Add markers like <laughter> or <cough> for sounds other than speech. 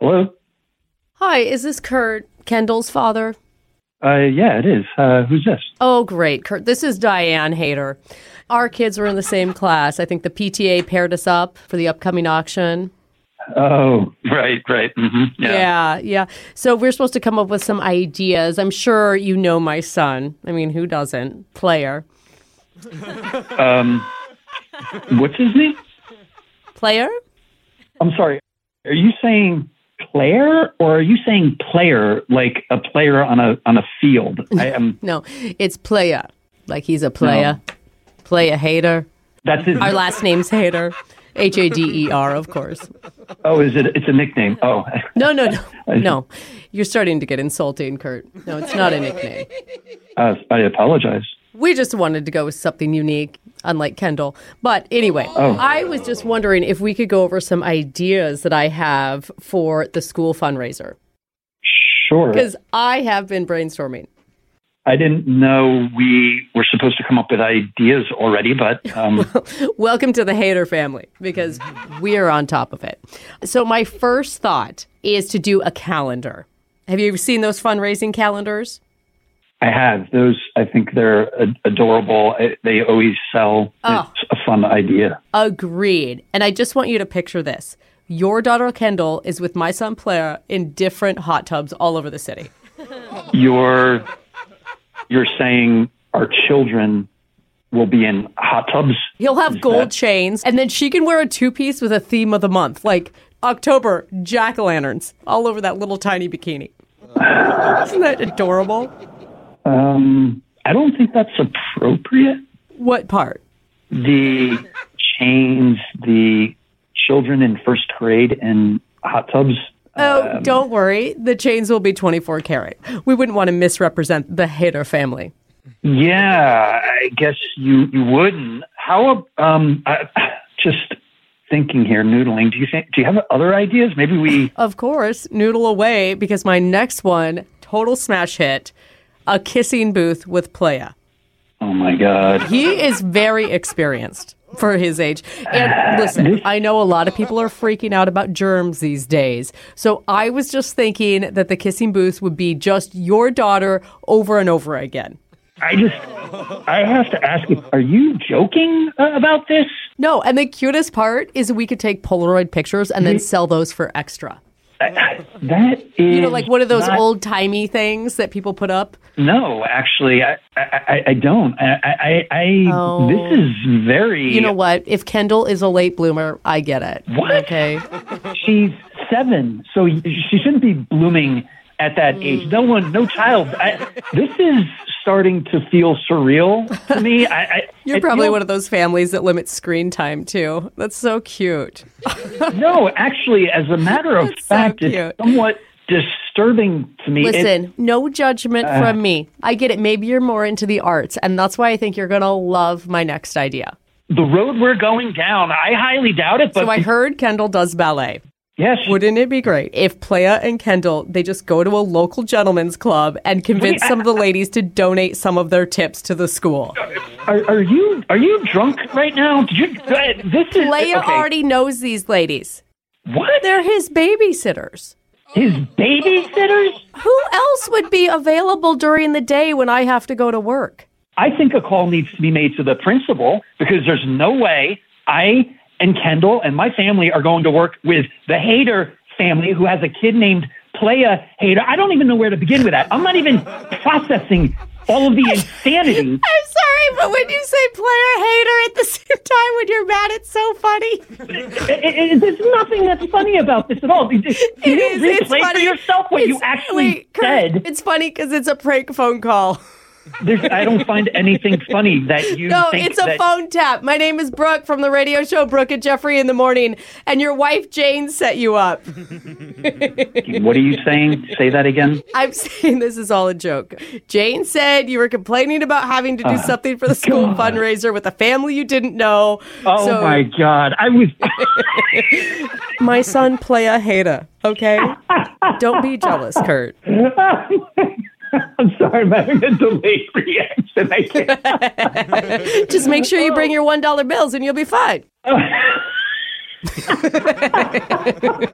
Hello? Hi, is this Kurt, Kendall's father? Uh, yeah, it is. Uh, who's this? Oh, great, Kurt. This is Diane Hayter. Our kids were in the same class. I think the PTA paired us up for the upcoming auction. Oh, right, right. hmm yeah. yeah, yeah. So we're supposed to come up with some ideas. I'm sure you know my son. I mean, who doesn't? Player. Um, what's his name? Player? I'm sorry. Are you saying player or are you saying player like a player on a on a field? I am. No, it's player. Like he's a player. Player hater. That's his. Our last name's Hater. H A D E R, of course. Oh, is it? It's a nickname. Oh, <laughs> No, no, no. No. You're starting to get insulting, Kurt. No, it's not a nickname. uh, I apologize. We just wanted to go with something unique, unlike Kendall. But anyway, I was just wondering if we could go over some ideas that I have for the school fundraiser. Sure. Because I have been brainstorming. I didn't know we were supposed to come up with ideas already, but um, Welcome to the hater family because we're on top of it. So, my first thought is to do a calendar. Have you ever seen those fundraising calendars? I have those. I think they're ad- adorable. I, they always sell. Oh. It's a fun idea. Agreed. And I just want you to picture this. Your daughter Kendall is with my son Player in different hot tubs all over the city. You're you're saying our children will be in hot tubs. He'll have gold that- chains, and then she can wear a two piece with a theme of the month, like October jack o' lanterns, all over that little tiny bikini. Isn't that adorable? Um, I don't think that's appropriate. What part? The chains, the children in first grade in hot tubs. Oh, don't worry. The chains will be 24 karat. We wouldn't want to misrepresent the hater family. Yeah, I guess you you wouldn't. How ab- um I, just thinking here, noodling. Do you think? Do you have other ideas? Maybe we. Of course, noodle away because my next one, total smash hit, a kissing booth with Playa. Oh my God. He is very experienced for his age. And listen, I know a lot of people are freaking out about germs these days. So I was just thinking that the kissing booth would be just your daughter over and over again. I just, I have to ask you, are you joking uh, about this? No, and the cutest part is we could take Polaroid pictures and Mm-hmm. then sell those for extra. That is. You know, like one of those not- old timey things that people put up. No, actually, I, I, I- I don't. I, I, I Oh. this is very. You know what? If Kendall is a late bloomer, I get it. What? <laughs> Okay. <laughs> She's seven, so she shouldn't be blooming at that Mm. age. No one, no child. I, this is starting to feel surreal to me. <laughs> I, I, You're it probably feels- one of those families that limits screen time too. That's so cute. <laughs> No, actually, as a matter of That's so fact, cute. it's somewhat disturbing to me. It- Listen, no judgment from me. I get it. Maybe you're more into the arts, and that's why I think you're going to love my next idea. the road we're going down, I highly doubt it. But So I heard Kendall does ballet. yes, Wouldn't it be great if Playa and Kendall they just go to a local gentleman's club and convince some of the ladies to donate some of their tips to the school? Are, are you are you drunk right now? Did you? uh, This is Playa okay. already knows these ladies. What? They're his babysitters. His babysitters? Who else would be available during the day when I have to go to work? I think a call needs to be made to the principal because there's no way I and Kendall and my family are going to work with the Hater family who has a kid named Playa Hater. I don't even know where to begin with that. I'm not even processing all of the insanity. I'm sorry, but when you say player hater at the <laughs> same time when you're mad, it's so funny. I- I- I- there's nothing that's funny about this at all. Did you It is. It's replay for funny. yourself what you It's- actually wait, Kurt, said? It's funny because it's a prank <laughs> phone call. There's, I don't find anything funny that you No, think it's a that- phone tap. My name is Brooke from the radio show Brooke and Jeffrey in the Morning, and your wife Jane set you up. <laughs> What are you saying? Say that again. I'm saying this is all a joke. Jane said you were complaining about having to do something <laughs> for the school Ah, God. fundraiser with a family you didn't know. Oh So, my God! I was. <laughs> My son play a hater, <laughs> okay? Don't be jealous, Kurt. I'm sorry, I'm having a delayed <laughs> reaction. I can't. Just make sure you bring your $1 bills and you'll be fine.